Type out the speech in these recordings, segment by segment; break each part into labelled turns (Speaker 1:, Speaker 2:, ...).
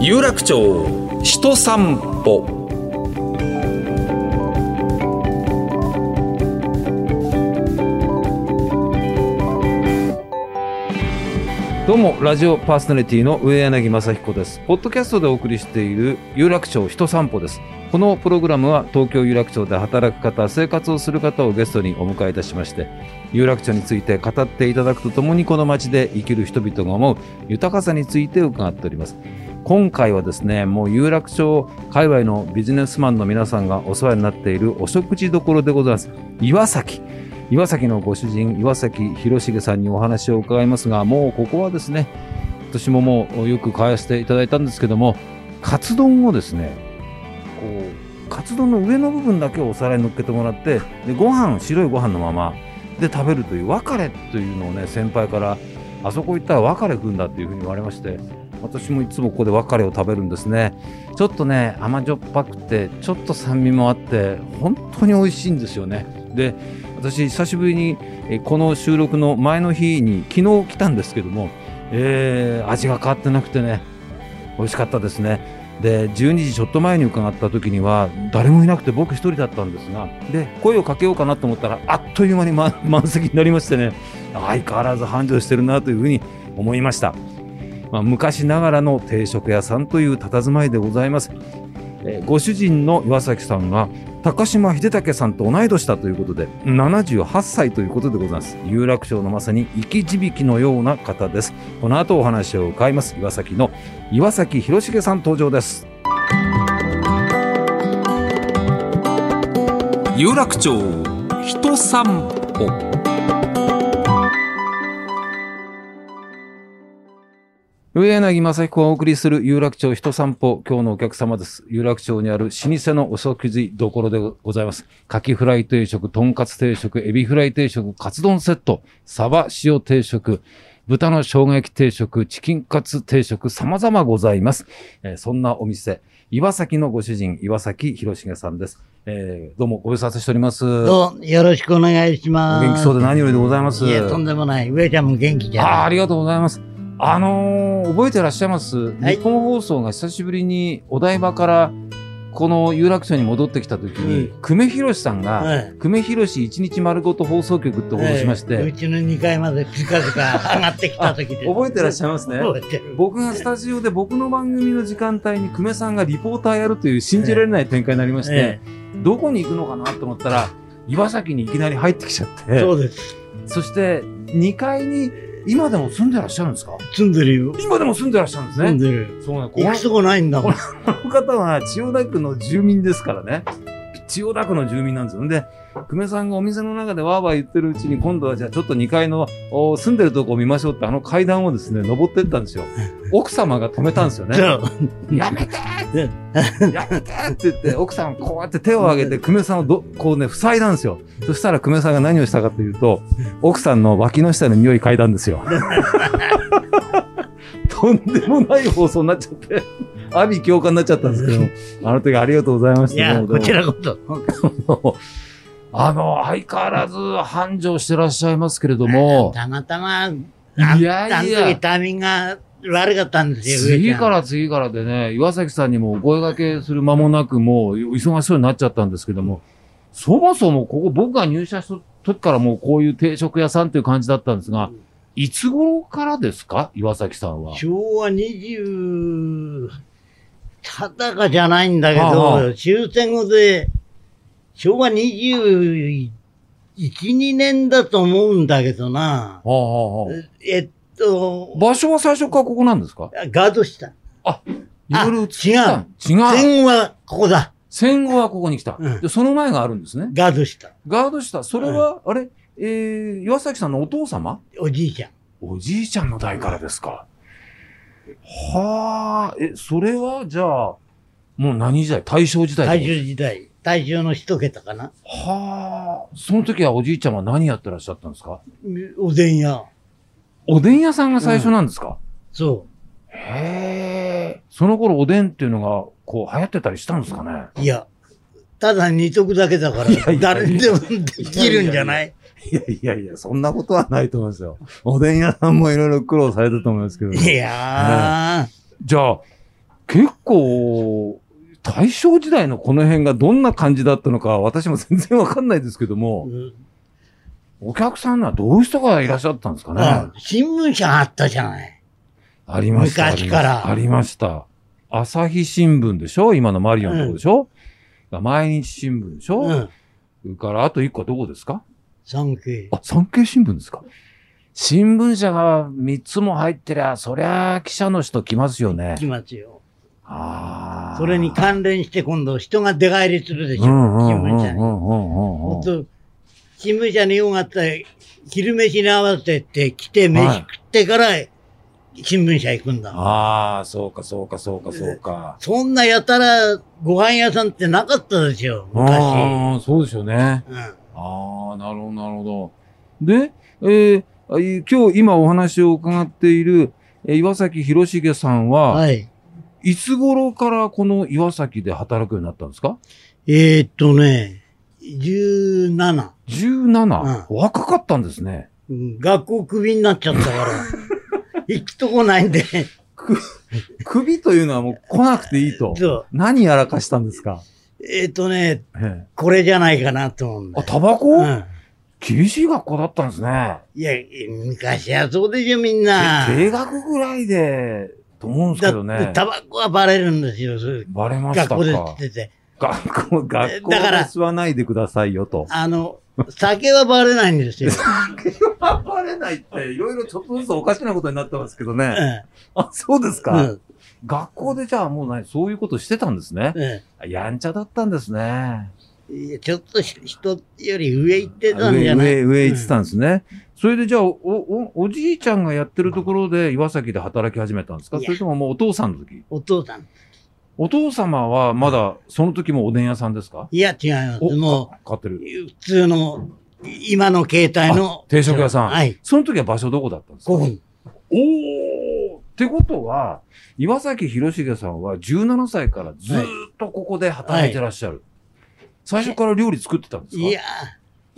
Speaker 1: 有楽町人散歩
Speaker 2: どうも、ラジオパーソナリティの上柳正彦です。ポッドキャストでお送りしている有楽町人散歩です。このプログラムは東京有楽町で働く方、生活をする方をゲストにお迎えいたしまして、有楽町について語っていただくとともにこの街で生きる人々が思う豊かさについて伺っております。今回はですね、もう有楽町界隈のビジネスマンの皆さんがお世話になっているお食事どころでございます。岩崎。岩崎のご主人岩崎広重さんにお話を伺いますがもうここはですね私ももうよく買わせていただいたんですけどもカツ丼をですねこうカツ丼の上の部分だけをお皿に乗っけてもらってでご飯白いご飯のままで食べるという別れというのをね先輩からあそこ行ったら別れ食うんだっていうふうに言われまして私もいつもここで別れを食べるんですねちょっとね甘じょっぱくてちょっと酸味もあって本当に美味しいんですよねで私久しぶりにえーこの収録の前の日に昨日来たんですけども、えー味が変わってなくてね美味しかったですねで12時ちょっと前に伺った時には誰もいなくて僕一人だったんですがで声をかけようかなと思ったらあっという間に満満席になりましてね相変わらず繁盛してるなというふうに思いました、まあ、昔ながらの定食屋さんという佇まいでございます、えーご主人の岩崎さんが高島秀武さんと同い年だということで78歳ということでございます有楽町のまさに生き字引のような方ですこの後お話を伺います岩崎の岩崎広重さん登場です
Speaker 1: 有楽町人散歩
Speaker 2: 上柳正彦がお送りする有楽町人散歩今日のお客様です有楽町にある老舗のお食事どころでございますカキフライ定食とんかつ定食エビフライ定食カツ丼セットサバ塩定食豚の生姜焼き定食チキンカツ定食様々ございます、えーそんなお店岩崎のご主人岩崎広重さんです、えーどうもご無沙汰しております
Speaker 3: どうもよろしくお願いします。
Speaker 2: お元気そうで何よりでございます
Speaker 3: いや、とんでもない。上ちゃんも元気じゃ
Speaker 2: あ
Speaker 3: ん。
Speaker 2: ーありがとうございます。あのー覚えてらっしゃいます、
Speaker 3: はい
Speaker 2: 日本放送が久しぶりにお台場からこの有楽町に戻ってきた時に、久米宏さんが、
Speaker 3: はい。
Speaker 2: 久米宏一日丸ごと放送局ってことしまして、
Speaker 3: ええうちの2階 までピカピカ上がってきた時です。
Speaker 2: 覚えてらっしゃいますね。
Speaker 3: 覚えてる。
Speaker 2: 僕がスタジオで僕の番組の時間帯に久米さんがリポーターやるという信じられない展開になりまして、
Speaker 3: え
Speaker 2: どこに行くのかなと思ったら、岩崎にいきなり入ってきちゃっ
Speaker 3: え
Speaker 2: て、
Speaker 3: そうです。
Speaker 2: そして2階に今でも住んでらっしゃるんですか
Speaker 3: 積んでるよ。
Speaker 2: 今でも住んでらっしゃるんです
Speaker 3: 積ん
Speaker 2: ね。
Speaker 3: でる。
Speaker 2: そうね、こ
Speaker 3: 行
Speaker 2: の
Speaker 3: くとこないんだ もん。
Speaker 2: この方は千代田区の住民ですからね。千代田区の住民なんですよ。んで、久米さんがお店の中でわーわー言ってるうちに、今度はじゃあちょっと2階のお住んでるとこを見ましょうって、あの階段をですね、登ってったんですよ。奥様が止めたんで すよ
Speaker 3: そ
Speaker 2: ね。
Speaker 3: う。
Speaker 2: やめてーやめてーって言って、奥さんこうやって手を挙げて、久米さんをど、こうね、塞いだんですよ。そしたら久米さんが何をしたかというと、奥さんの脇の下の匂い嗅いだんですよ。とんでもない放送になっちゃって、阿鼻教官になっちゃったんですけども、あの時ありがとうございまし
Speaker 3: い
Speaker 2: た。
Speaker 3: や、
Speaker 2: どうも
Speaker 3: こちらこそ。
Speaker 2: どうもあの、相変わらず繁盛してらっしゃいますけれども、
Speaker 3: たまたま、あ
Speaker 2: いや
Speaker 3: あの
Speaker 2: いや
Speaker 3: 時タイミングが悪かったんですよ、上ち
Speaker 2: 次
Speaker 3: ゃん。
Speaker 2: から次からでね、岩崎さんにもお声掛けする間もなく、もう忙しそうになっちゃったんですけども、そもそもここ僕が入社した時からもうこういう定食屋さんという感じだったんですが、いつ頃からですか岩崎さんは。
Speaker 3: 昭和20、ただかじゃないんだけど、
Speaker 2: はあは
Speaker 3: 終戦後で、昭和21、2年だと思うんだけどな。
Speaker 2: はあはあは
Speaker 3: えっ
Speaker 2: あ
Speaker 3: と、
Speaker 2: 場所は最初からここなんですか
Speaker 3: ガードした。
Speaker 2: いろいろ移った違う。
Speaker 3: 戦後はここだ。
Speaker 2: 戦後はここに来た。
Speaker 3: うん
Speaker 2: で、その前があるんですね。
Speaker 3: ガードした。
Speaker 2: ガード下、それは、あれ、えー、岩崎さんのお父様
Speaker 3: おじいちゃん。
Speaker 2: おじいちゃんの代からですか。はあ、え、それは、じゃあ、もう何時代大正時代
Speaker 3: 大正時代。大正の一桁かな。
Speaker 2: はあ、その時はおじいちゃんは何やってらっしゃったんですか
Speaker 3: おでん屋。
Speaker 2: おでん屋さんが最初なんですか、
Speaker 3: そ
Speaker 2: へえ。その頃おでんっていうのが、こう、流行ってたりしたんですかね
Speaker 3: う。いや。ただ二徳だけだか
Speaker 2: や
Speaker 3: ら、
Speaker 2: いや
Speaker 3: 誰でもできるんじゃない
Speaker 2: いやいやいや、そんなことはないと思いますよ。おでん屋さんもいろいろ苦労されたと思いますけど
Speaker 3: いやー。
Speaker 2: じゃあ、結構、大正時代のこの辺がどんな感じだったのか、私も全然わかんないですけども、
Speaker 3: うん
Speaker 2: お客さんはどういう人がいらっしゃったんですかね。
Speaker 3: あ新聞社あったじゃない。
Speaker 2: ありました。
Speaker 3: 昔から
Speaker 2: ありました。ありました朝日新聞でしょ今のマリオンのとこでしょ、毎日新聞でしょ、
Speaker 3: うん。
Speaker 2: それから、あと一個はどこですか
Speaker 3: 産経。
Speaker 2: あ、産経新聞ですか新聞社が3つも入ってりゃ、そりゃあ記者の人来ますよね
Speaker 3: 来。ますよ。
Speaker 2: ああ。
Speaker 3: それに関連して今度人が出帰りするでしょ。新
Speaker 2: うんうんうん
Speaker 3: 聞
Speaker 2: う
Speaker 3: 社に。
Speaker 2: んうんう
Speaker 3: も
Speaker 2: ん
Speaker 3: っと、新聞社に用があったら、昼飯に合わせて来て、
Speaker 2: はい
Speaker 3: 飯食ってから、新聞社行くんだもん。
Speaker 2: ああ、そうかそうかそうかそうか。
Speaker 3: そんなやたらご飯屋さんってなかったですよ、昔。
Speaker 2: ああ、そうですよね。
Speaker 3: うん。
Speaker 2: ああ、なるほど、なるほど。で、えーあい今日、今お話を伺っている、えー岩崎宏重さんは、
Speaker 3: はい。
Speaker 2: い、つ頃からこの岩崎で働くようになったんですか
Speaker 3: えー、っとね、17。
Speaker 2: ?17、
Speaker 3: う
Speaker 2: 若かったんですね。
Speaker 3: うん学校クビになっちゃった から、行くとこないんで、
Speaker 2: 首というのはもう来なくていいと
Speaker 3: そう。
Speaker 2: 何やらかしたんですか、
Speaker 3: えー、っとね、
Speaker 2: ええ
Speaker 3: これじゃないかなと思うんだ
Speaker 2: あ、
Speaker 3: よ。
Speaker 2: タバコ、
Speaker 3: うん。
Speaker 2: 厳しい学校だったんですね。
Speaker 3: いや、昔はそうでしょ、みんな。
Speaker 2: 定額ぐらいで、と思うんですけど
Speaker 3: だっ
Speaker 2: ね
Speaker 3: て。タバコはバレるんですよ、そう
Speaker 2: バレました
Speaker 3: 学
Speaker 2: か。
Speaker 3: 校で吸ってて。
Speaker 2: 学校、学校で
Speaker 3: だから
Speaker 2: 吸わないでくださいよと。
Speaker 3: あの、酒はバレないんですよ。
Speaker 2: バレないって、いろいろちょっとずつおかしなことになってますけど
Speaker 3: う
Speaker 2: ね。
Speaker 3: ん
Speaker 2: あ、そうです
Speaker 3: う
Speaker 2: か。
Speaker 3: ん
Speaker 2: 学校でじゃあもうない、そういうことしてたんですね。
Speaker 3: う
Speaker 2: やんちゃだったんですね。
Speaker 3: んいやちょっと人より上行ってたんじ
Speaker 2: 上、
Speaker 3: ゃない
Speaker 2: 上、上行ってたんですね。それでじゃあ、お、お、おじいちゃんがやってるところで岩崎で働き始めたんですか
Speaker 3: いや
Speaker 2: それとももうお父さんの時
Speaker 3: お父さん。
Speaker 2: お父様はまだ、その時もおでん屋さんですか
Speaker 3: いや、違います。
Speaker 2: お
Speaker 3: も
Speaker 2: 買ってる
Speaker 3: う、。普通の、今の携帯の。
Speaker 2: 定食屋さん。
Speaker 3: はい。
Speaker 2: その時は場所どこだったんですか
Speaker 3: 5分。
Speaker 2: おおってことは、岩崎宏重さんは17歳からずーっとここで働いてらっしゃる。最初から料理作ってたんですか
Speaker 3: いや、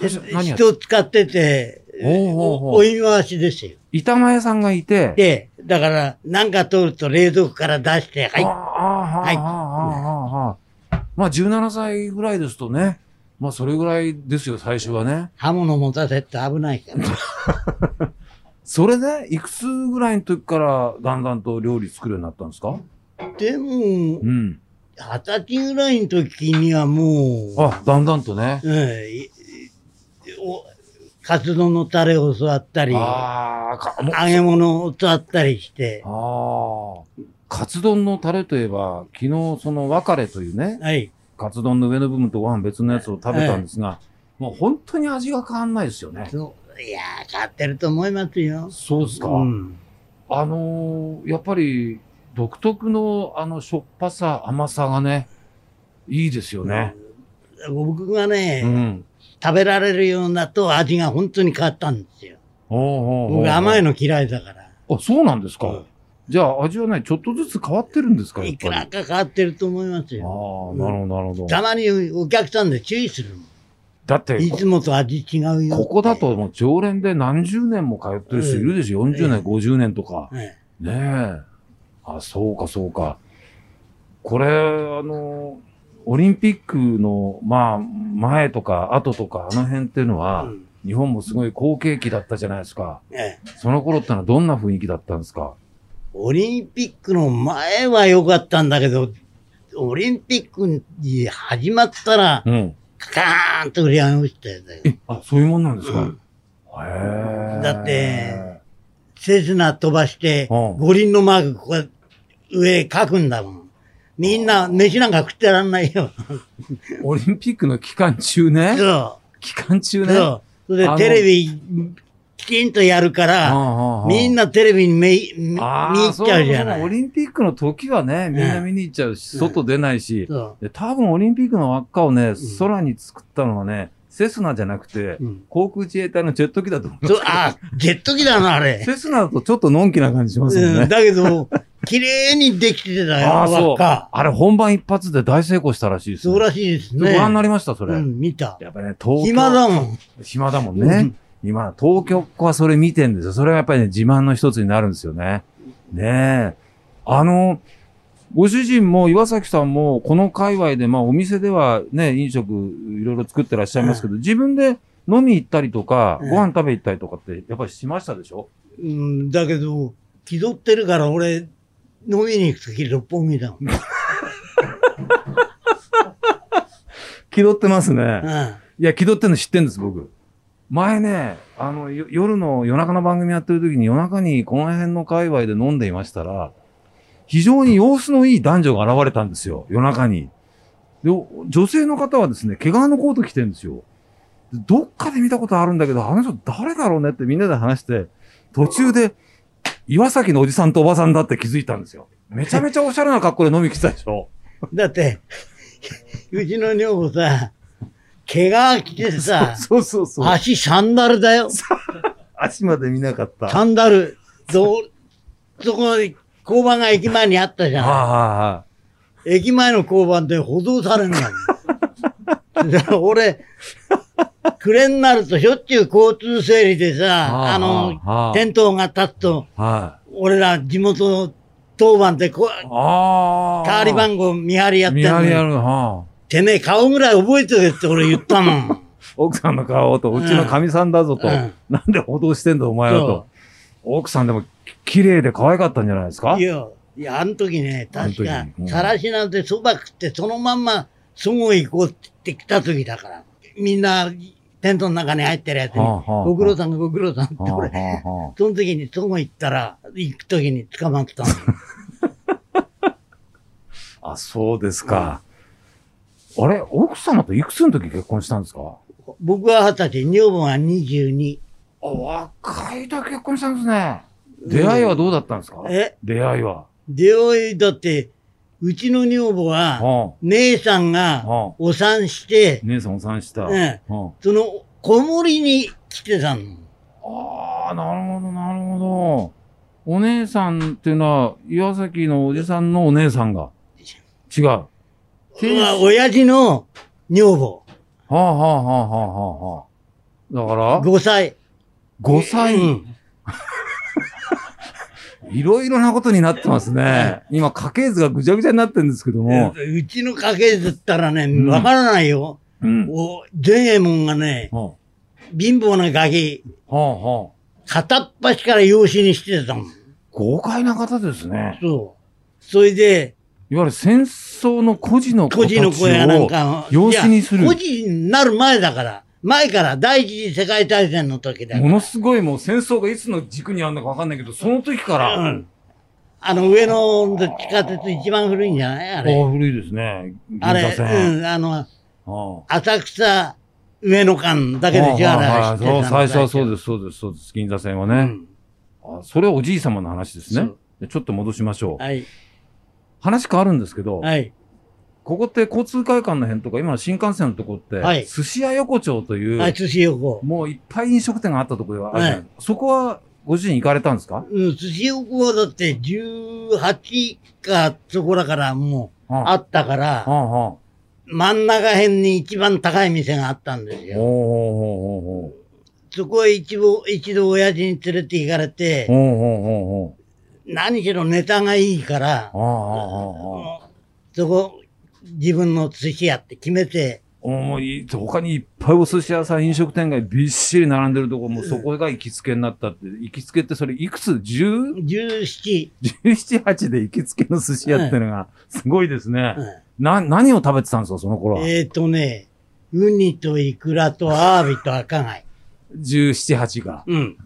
Speaker 2: え何やって
Speaker 3: 人使ってて、
Speaker 2: おうおうおう
Speaker 3: 追い回しですよ。
Speaker 2: 板前さんがいて、
Speaker 3: で、だから、なんか取ると冷蔵庫から出して、
Speaker 2: あー
Speaker 3: は
Speaker 2: あー、
Speaker 3: はい
Speaker 2: あーあーあーあーまあ17歳ぐらいですとね、まあそれぐらいですよ、最初はね
Speaker 3: い。。刃物持たせって危ないから。
Speaker 2: それで、いくつぐらいの時からだんだんと料理作るようになったんですか
Speaker 3: でも
Speaker 2: う、ん。
Speaker 3: 二十歳ぐらいの時にはも
Speaker 2: あ、だんだんとね。
Speaker 3: う、うん、いいおカツ丼のタレを教わったり、揚
Speaker 2: ああ、かもう
Speaker 3: げ物を教わったりして、
Speaker 2: ああ。カツ丼のタレといえば、昨日その別れというね、
Speaker 3: はい。
Speaker 2: カツ丼の上の部分とご飯別のやつを食べたんですが、もう本当に味が変わんないですよね。
Speaker 3: そういやー、変わってると思いますよ。
Speaker 2: そうですか。
Speaker 3: うん。
Speaker 2: あのーやっぱり独特のあのしょっぱさ、甘さがね、いいですよね。
Speaker 3: 僕がね、
Speaker 2: うん。
Speaker 3: 食べられるようになると味が本当に変わったんですよ。
Speaker 2: おうおうおう
Speaker 3: 僕甘いの嫌いだから。
Speaker 2: あ、そうなんですか。
Speaker 3: うん
Speaker 2: じゃあ味はね、ちょっとずつ変わってるんですかやっ
Speaker 3: い
Speaker 2: ぱ
Speaker 3: く
Speaker 2: り。あ
Speaker 3: らか変わってると思いま
Speaker 2: あ
Speaker 3: す
Speaker 2: ー、なる
Speaker 3: よ。
Speaker 2: ほど、なるほど。
Speaker 3: たまにお客さんで注意するもん。
Speaker 2: だって、
Speaker 3: いつもと味違うよ。
Speaker 2: ここだ。ともう常連で何十年も通ってる人いるでしょ、
Speaker 3: ん
Speaker 2: ?40 年、50年とか。
Speaker 3: はい、
Speaker 2: ねえ。あ、そうか、そうか。これ、あの、オリンピックの、まあ、前とか後とか、あの辺っていうのは、
Speaker 3: うん
Speaker 2: 日本もすごい好景気だったじゃないですか。
Speaker 3: ええ
Speaker 2: その頃ってのはどんな雰囲気だったんですか
Speaker 3: オリンピックの前は良かったんだけど、オリンピックに始まったら、
Speaker 2: うん。
Speaker 3: カーンと売り上げ落ちたよね。
Speaker 2: え、あ、そういうもんなんですか、
Speaker 3: うん
Speaker 2: へえ。
Speaker 3: だって、セスナ飛ばして、
Speaker 2: うん
Speaker 3: 五輪のマーク、ここ、上書くんだもん。みんな、飯なんか食ってらんないよ。
Speaker 2: オリンピックの期間中ね。
Speaker 3: そ
Speaker 2: 期間中
Speaker 3: う。
Speaker 2: ね。
Speaker 3: そう。それ
Speaker 2: あの
Speaker 3: でテレビ、きちんとやるから、みん
Speaker 2: な
Speaker 3: なテレビに目い、見入っち
Speaker 2: あ
Speaker 3: ゃ
Speaker 2: あ、
Speaker 3: う
Speaker 2: そう
Speaker 3: じゃ
Speaker 2: だ
Speaker 3: な
Speaker 2: ね。オ
Speaker 3: い。
Speaker 2: リンピックの時はね、みんな見に行っちゃうし、
Speaker 3: うん
Speaker 2: 外出ないし、
Speaker 3: そ
Speaker 2: で多分オリンピックの輪っかをね、空に作ったのはね、セスナじゃなくて
Speaker 3: う。、うん。
Speaker 2: 航空自衛隊のジェット機だと思う。
Speaker 3: そう、あ、ジェット機だな、あれ。
Speaker 2: セスナだとちょっとのんきな感じしますよ
Speaker 3: うん、
Speaker 2: ね。
Speaker 3: だけど、綺麗にできてたよ、
Speaker 2: ああ、
Speaker 3: 輪
Speaker 2: そ
Speaker 3: っ
Speaker 2: う。
Speaker 3: か。
Speaker 2: あれ本番一発で大成功したらしいです、
Speaker 3: そう
Speaker 2: ね。
Speaker 3: らしいです
Speaker 2: ご
Speaker 3: ね。
Speaker 2: 覧になりました、それ。
Speaker 3: うん、見た。
Speaker 2: やっぱね、東京。
Speaker 3: 暇だもん。
Speaker 2: 暇だもんね。今、東京っ子はそれ見てんですよ。それがやっぱりね、自慢の一つになるんですよね。ねえ。あの、ご主人も岩崎さんも、この界隈で、まあお店ではね、飲食いろいろ作ってらっしゃいますけど、自分で飲み行ったりとか、
Speaker 3: うん
Speaker 2: ご飯食べ行ったりとかって、やっぱりしましたでしょ
Speaker 3: うん、だけど、気取ってるから俺、飲みに行くとき六本木だもん。
Speaker 2: 気取ってますね。
Speaker 3: うん
Speaker 2: いや、気取ってんの知ってんです、僕。前ね、あの、よ夜の夜中の番組やってる時に夜中にこの辺の界隈で飲んでいましたら、非常に様子のいい男女が現れたんですよ、夜中に。で、お女性の方はですね、毛皮のコート着てるんですよ。でどっかで見たことあるんだけど、あの人誰だろうねってみんなで話して、途中で、岩崎のおじさんとおばさんだって気づいたんですよ。めちゃめちゃおしゃれな格好で飲み来てたでしょ。
Speaker 3: だって、うちの女房さ、毛が着てさ、
Speaker 2: そうそうそう。
Speaker 3: 足サンダルだよ。
Speaker 2: 足まで見なかった。
Speaker 3: サンダル。どう、そこ、交番が駅前にあったじ
Speaker 2: あ
Speaker 3: ゃん。
Speaker 2: あ、ああ。
Speaker 3: 駅前の交番で補導されるの よ。だから俺、暮れになるとしょっちゅう交通整理で
Speaker 2: は
Speaker 3: さ、
Speaker 2: あ
Speaker 3: あの
Speaker 2: はあ、
Speaker 3: 店頭が立つと、
Speaker 2: は
Speaker 3: 俺ら地元の当番でこ
Speaker 2: い。
Speaker 3: う、
Speaker 2: ああ。
Speaker 3: 代わり番号見張りやってん
Speaker 2: 見張りや
Speaker 3: のに。
Speaker 2: るはあ。
Speaker 3: てめえ顔ぐらい覚えてるって俺言ったも ん。
Speaker 2: 奥さんの顔と、うちの神さんだぞと、
Speaker 3: うん
Speaker 2: なんで報道してんだお前らと。奥さんでもき綺麗で可愛かったんじゃないですか
Speaker 3: いや、いや、あの時ね、確
Speaker 2: あ
Speaker 3: か
Speaker 2: の時う、ん
Speaker 3: さらしなんてそば食って、そのまんま、すごい行こうって言ってきた時だから。みんな、テントの中に入ってるやつに、
Speaker 2: はあはあはあ
Speaker 3: ご苦労さんご苦労さんって
Speaker 2: はあ
Speaker 3: 俺、
Speaker 2: はあは
Speaker 3: その時にそこ行ったら、行く時に捕まったの。
Speaker 2: ああ、そうですか。あれ奥様といくつの時結婚したんですか
Speaker 3: 僕は二十歳、女房は22。
Speaker 2: あ、若い時結婚したんですね。出会いはどうだったんですか
Speaker 3: え
Speaker 2: 出会いは。
Speaker 3: 出会いだって、うちの女房は、
Speaker 2: は
Speaker 3: 姉さんが
Speaker 2: はあ
Speaker 3: お産して
Speaker 2: あ、姉さんお産した。
Speaker 3: え
Speaker 2: は
Speaker 3: その、子守に来てたの。
Speaker 2: ああ、なるほど、なるほど。お姉さんっていうのは、岩崎のおじさんのお姉さんが。違う。は
Speaker 3: うわ親父の女房、
Speaker 2: あ、はあはあはあはあはあ。だから、
Speaker 3: 5歳。
Speaker 2: 5歳、
Speaker 3: うん
Speaker 2: いろいろなことになってますね。今、家系図がぐちゃぐちゃになってるんですけども。
Speaker 3: えうちの家系図ったらね、
Speaker 2: ん
Speaker 3: わからないよ。
Speaker 2: うん。は
Speaker 3: お善右衛門がね、
Speaker 2: あ、は
Speaker 3: 貧乏なガキ、
Speaker 2: あ、は
Speaker 3: 片っ端から養子にしてたもん。
Speaker 2: あ。豪快な方ですね。
Speaker 3: そう。それで、
Speaker 2: いわゆる戦争の孤児の子
Speaker 3: 孤
Speaker 2: たち
Speaker 3: 児の子やなんか
Speaker 2: を、養子にす
Speaker 3: い
Speaker 2: る
Speaker 3: や。孤児になる前だから。前から、第一次世界大戦の時だ
Speaker 2: も
Speaker 3: よ。
Speaker 2: のすごいもう戦争がいつの軸にあるのかわかんないけど、その時から、
Speaker 3: うん。あの、上野の地下鉄一番古いんじゃないあれ。
Speaker 2: ああ、古いですね。銀
Speaker 3: あれ
Speaker 2: 座、線。
Speaker 3: うん、あの、
Speaker 2: ああ
Speaker 3: 浅草、上野間だけでしょ、
Speaker 2: ああ
Speaker 3: あれ
Speaker 2: はい
Speaker 3: 走ってた
Speaker 2: そう
Speaker 3: の
Speaker 2: 最初はそうです、そうです、そうです。銀座線はね。
Speaker 3: ん
Speaker 2: あそれはおじい様の話です
Speaker 3: そ
Speaker 2: ね
Speaker 3: う。
Speaker 2: でちょっと戻しましょう。
Speaker 3: はい。
Speaker 2: 話変わるんですけど、
Speaker 3: はい。
Speaker 2: ここって交通会館の辺とか、今の新幹線のとこって、
Speaker 3: はい
Speaker 2: 寿司屋横丁という、
Speaker 3: あ、寿司横。
Speaker 2: もういっぱい飲食店があったところがあるじゃない
Speaker 3: は
Speaker 2: そこはご主人行かれたんですか
Speaker 3: うん、寿司横はだって18かそこらからもうあ
Speaker 2: あ
Speaker 3: ったか
Speaker 2: ああ
Speaker 3: ら、
Speaker 2: ああ
Speaker 3: 真ん中辺に一番高い店があったんで
Speaker 2: おお
Speaker 3: すよ。
Speaker 2: おう
Speaker 3: そこへ一度、一度親父に連れて行かれ
Speaker 2: おうおう
Speaker 3: て、
Speaker 2: おうおうおう
Speaker 3: 何しろネタがいいから
Speaker 2: あ、ああああああ
Speaker 3: そこ、自分の寿司屋って決めて、
Speaker 2: おもうい他にいっぱいお寿司屋さん、飲食店街びっしり並んでるとこ、もうそこが行きつけになったって、行きつけってそれいくつ ?10?
Speaker 3: 17、
Speaker 2: 17、8で行きつけの寿司屋ってのが、すごいですね。
Speaker 3: うん
Speaker 2: な、何を食べてたんですか、その頃は。
Speaker 3: えっ、ー、とね、ウニとイクラとアワビと赤貝。
Speaker 2: 17、8が。
Speaker 3: うん。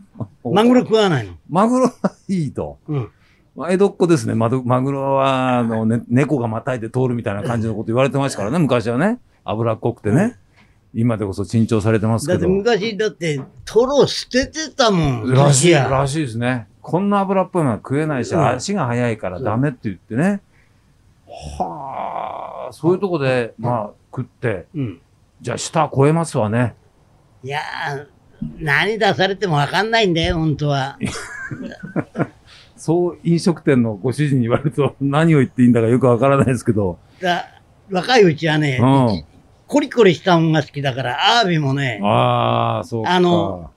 Speaker 3: マグロ食わないの。
Speaker 2: マグロはいいと。
Speaker 3: うん。
Speaker 2: まあ江戸っ子ですね。まどマグロは、あの、ね、猫がまたいで通るみたいな感じのこと言われてましたからね、昔はね。脂っこくてね。今でこそ珍重されてます
Speaker 3: だ
Speaker 2: け
Speaker 3: って
Speaker 2: ど。
Speaker 3: 昔だって、トロ捨ててたもん。
Speaker 2: らしい、
Speaker 3: 寿司屋
Speaker 2: らしいですね。こんな脂っぽいのは食えないし、
Speaker 3: うん
Speaker 2: 足が速いからダメって言ってね。はあ、そういうとこで、まあ、食って、
Speaker 3: うん。
Speaker 2: じゃあ舌超えますわね。
Speaker 3: いやー、何出されてもわかんないんだよ、本当は。
Speaker 2: そう、飲食店のご主人に言われると何を言っていいんだかよくわからないですけど。
Speaker 3: だ若いうちはね
Speaker 2: う、ん。
Speaker 3: コリコリしたもんが好きだから、アワビもね、
Speaker 2: ああ、そうか。
Speaker 3: あの、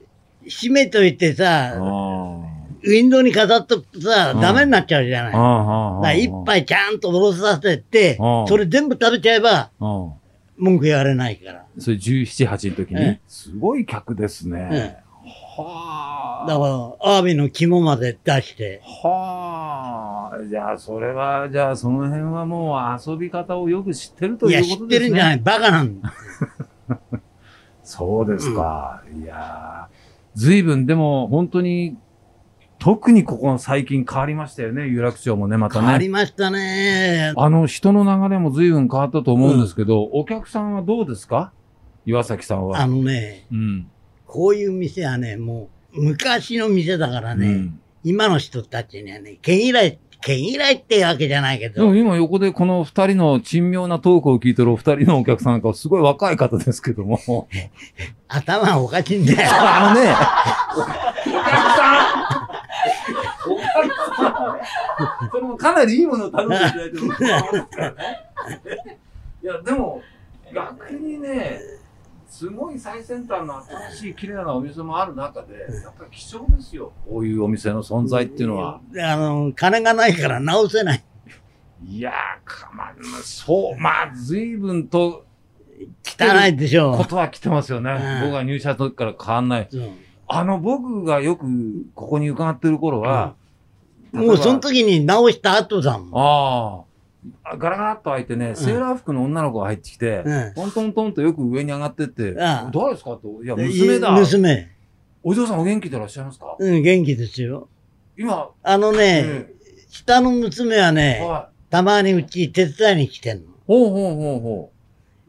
Speaker 3: 締めといて
Speaker 2: あ
Speaker 3: さ、
Speaker 2: ー
Speaker 3: ウィンドウに飾っとくとさ、
Speaker 2: うん
Speaker 3: ダメになっちゃうじゃない。だ
Speaker 2: あ
Speaker 3: から一杯ちゃんとおろさせて
Speaker 2: うん、
Speaker 3: それ全部食べちゃえば
Speaker 2: うん。
Speaker 3: 文句言われないから。
Speaker 2: それ17、8の時に、
Speaker 3: え
Speaker 2: すごい客ですね。
Speaker 3: え
Speaker 2: はあ。
Speaker 3: だから、アワビの肝まで出して、
Speaker 2: はあ。じゃあ、それは、じゃあ、その辺はもう遊び方をよく知ってると
Speaker 3: い
Speaker 2: い
Speaker 3: や、
Speaker 2: う
Speaker 3: 知
Speaker 2: こ
Speaker 3: っ
Speaker 2: と
Speaker 3: て
Speaker 2: ですね。
Speaker 3: るんじゃない、バカなんだ。
Speaker 2: そうですか。いやー随分でも、本当に、特にここ最近変わりましたよね、有楽町もね、また
Speaker 3: 変わり
Speaker 2: ね。
Speaker 3: ましたね。
Speaker 2: あの、人の流れも随分変わったと思うんですけど、お客さんはどうですか岩崎さん
Speaker 3: あ
Speaker 2: は。
Speaker 3: のね、
Speaker 2: うん。
Speaker 3: こういう店はね、もう、昔の店だからね、
Speaker 2: うん
Speaker 3: 今の人たちにはね、県以来、県以来ってわけじゃないけ
Speaker 2: でも
Speaker 3: ど、
Speaker 2: 今横でこの二人の珍妙なトークを聞いてるお二人のお客さんなんかはすごい若い方ですけども。
Speaker 3: 頭おかしいんだよ。
Speaker 2: あのね、それもかなりいいものを頼んでいただいてるいや、でも、逆にね、すごい最先端の新しい綺麗なお店もある中で、やっぱり貴重ですよ。こういうお店の存在っていうのは。
Speaker 3: あの、金がないから直せない。
Speaker 2: いやー、かまあそう、まあ、随分と、
Speaker 3: 汚いでしょ
Speaker 2: こ。とは来てますよね。
Speaker 3: うん
Speaker 2: 僕が入社の時から変わんない。
Speaker 3: そう
Speaker 2: あの、僕がよくここに伺ってる頃は、例えば
Speaker 3: もうその時に直した後だもん。
Speaker 2: ああ。ガラガラっと開いてね、セーラー服の女の子が入ってきて、
Speaker 3: うん
Speaker 2: トントントンとよく上に上がってって、
Speaker 3: ああ
Speaker 2: 誰ですかと、いや、娘だ。
Speaker 3: 娘。
Speaker 2: お嬢さんお元気でいらっしゃいますか、
Speaker 3: うん、元気ですよ。
Speaker 2: 今、
Speaker 3: あのね、
Speaker 2: え
Speaker 3: 下の娘は
Speaker 2: え
Speaker 3: ね、
Speaker 2: はい。
Speaker 3: たまにうち手伝いに来てんの。
Speaker 2: ほうほうほうほ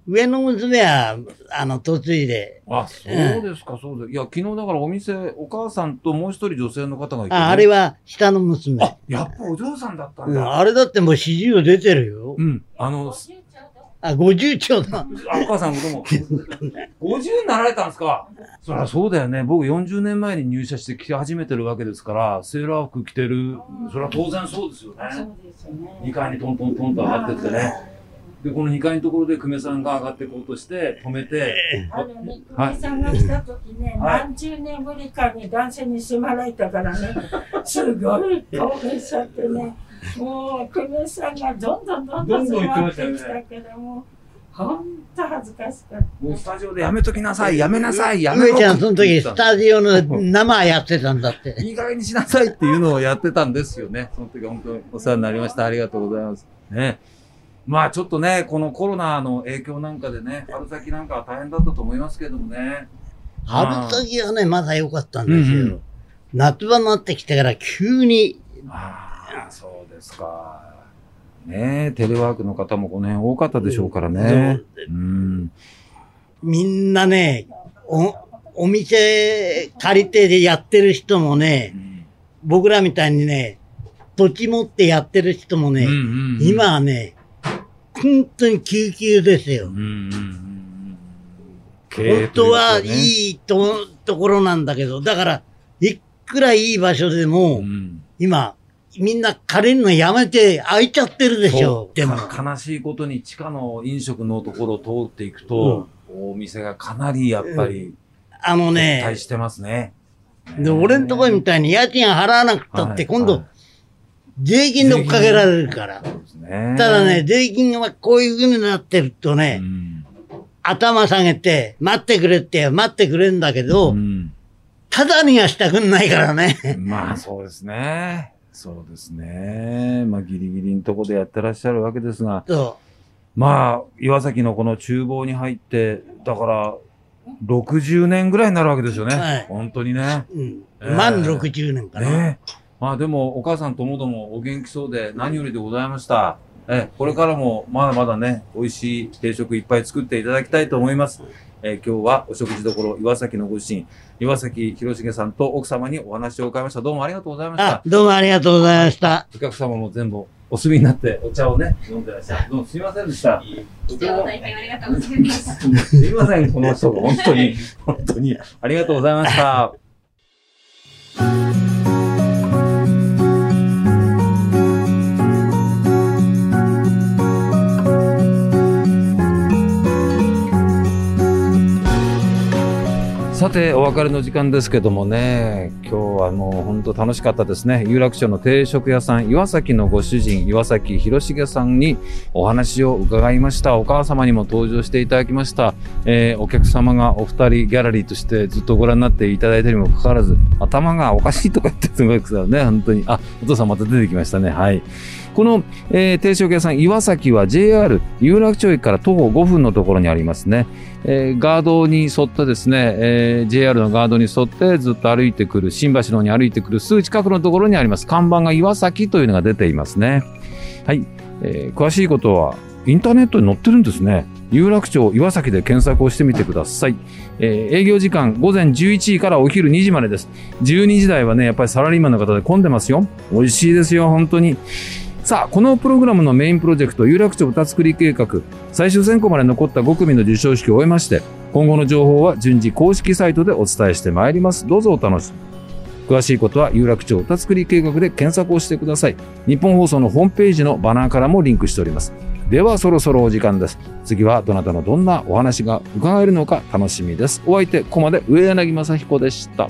Speaker 3: 上の娘は、あの、嫁いで、
Speaker 2: う。あ、そうですか、そうです。いや、昨日だからお店、お母さんともう一人女性の方がいて、
Speaker 3: ああれは下の娘。
Speaker 2: あ、やっぱお嬢さんだったん
Speaker 3: うん
Speaker 2: だ。
Speaker 3: あれだってもう40出てるよ
Speaker 2: う。ん。あの、
Speaker 3: あ、50兆だ。
Speaker 2: あお母さん、子供。50になられたんですかそりゃそうだよね。僕40年前に入社して着始めてるわけですから、セーラー服着てる。そりゃ当然そうですよね。2階にトントントンと上がってってね。で、この2階のところで久米さんが上がっていこうとして、止めて、
Speaker 4: あのね、久米さんが来た時ね、
Speaker 2: はい
Speaker 4: 何十年ぶりかに男性に迫られたから ね、すごい興奮しちゃってね、もう久米さんがどんどんどんどん迫ってきたけども、ほんと恥ずかしかった。
Speaker 2: もうスタジオでやめときなさい、やめなさい、やめ
Speaker 3: 上
Speaker 2: ろ
Speaker 3: ちゃん、その時、スタジオの
Speaker 2: うん
Speaker 3: 生やってたんだって。
Speaker 2: いい加減にしなさいっていうのをやってたんですよね。その時は本当にお世話になりました。ありがとうございます。ね。まあちょっとね、このコロナの影響なんかでね、春先なんかは大変だったと思いますけどもね。
Speaker 3: 春先はね、まだ良かったん
Speaker 2: うんう
Speaker 3: ですよ。
Speaker 2: ん。
Speaker 3: 夏場になってきてから急に、
Speaker 2: ああ、そうですか。ねえテレワークの方もこの辺多かったでしょうからね。うん。
Speaker 3: みんなね、お、お店借りてでやってる人もね、僕らみたいにね、土地持ってやってる人もね、今、はね、本当に救急ですよ
Speaker 2: うん。うんうん。経営と
Speaker 3: 本当は
Speaker 2: いうかね
Speaker 3: いいとところなんだけど、だから、いくらいい場所で
Speaker 2: う
Speaker 3: も、
Speaker 2: ん
Speaker 3: 今、みんな借りるのやめて空いちゃってるでしょ。でも、
Speaker 2: か悲しいことに地下の飲食のところを通っていくと、お店がかなりやっぱり、
Speaker 3: あの
Speaker 2: 撤
Speaker 3: ね
Speaker 2: 退、してますね。
Speaker 3: で俺のところみたいに家賃払わなくたって、
Speaker 2: はい
Speaker 3: 今度
Speaker 2: は、
Speaker 3: 税金で追っかけられるから。
Speaker 2: そうですね。
Speaker 3: ただね、税金がこういう風になってると
Speaker 2: う
Speaker 3: ね、
Speaker 2: ん、
Speaker 3: 頭下げて、待ってくれって、待ってくれんだけど、
Speaker 2: うん
Speaker 3: ただにはしたくんないからね。
Speaker 2: まあそうですね。そうですね。まあギリギリのとこでやってらっしゃるわけですが、
Speaker 3: そ
Speaker 2: まあ岩崎のこの厨房に入って、だから60年ぐらいになるわけですよね。
Speaker 3: はい
Speaker 2: 本当にね。
Speaker 3: う。うん。
Speaker 2: えー
Speaker 3: 満60年かな。
Speaker 2: ねえ。まあでも、お母さんともどもお元気そうで何よりでございました。ええこれからもまだまだね、美味しい定食いっぱい作っていただきたいと思います。ええ今日はお食事どころ岩崎のご主人、岩崎広重さんと奥様にお話を伺いました。どうもありがとうございまし
Speaker 3: あ
Speaker 2: た、。
Speaker 3: どうもありがとうございました。
Speaker 2: お客様も全部お済みになってお茶をね、飲んでらっしゃる。どうもすみませんでした。
Speaker 5: 貴重な体験ありがとうございます。
Speaker 2: すみません、この人が本当に、本当にありがとうございました。さてお別れの時間ですけどもね今日はもう本当楽しかったですね有楽町の定食屋さん岩崎のご主人岩崎広重さんにお話を伺いましたお母様にも登場していただきました、えーお客様がお二人ギャラリーとしてずっとご覧になっていただいたにもかかわらず頭がおかしいとか言ってすごいですよね本当にあお父さんまた出てきましたねはいこの、えー定食屋さん岩崎は JR 有楽町駅から徒歩5分のところにありますねえーガードに沿ってですね、えー JR のガードに沿ってずっと歩いてくる、新橋の方に歩いてくるすぐ近くのところにあります。看板が岩崎というのが出ていますね。はい。えー詳しいことは、インターネットに載ってるんですね。有楽町岩崎で検索をしてみてください。えー営業時間午前11時からお昼2時までです。12時台はね、やっぱりサラリーマンの方で混んでますよ。美味しいですよ、本当に。さあ、このプログラムのメインプロジェクト、有楽町歌作り計画、最終選考まで残った5組の受賞式を終えまして、今後の情報は順次公式サイトでお伝えしてまいります。どうぞお楽しみに。詳しいことは有楽町歌作り計画で検索をしてください。日本放送のホームページのバナーからもリンクしております。ではそろそろお時間です。次はどなたのどんなお話が伺えるのか楽しみです。お相手、ここまで上柳正彦でした。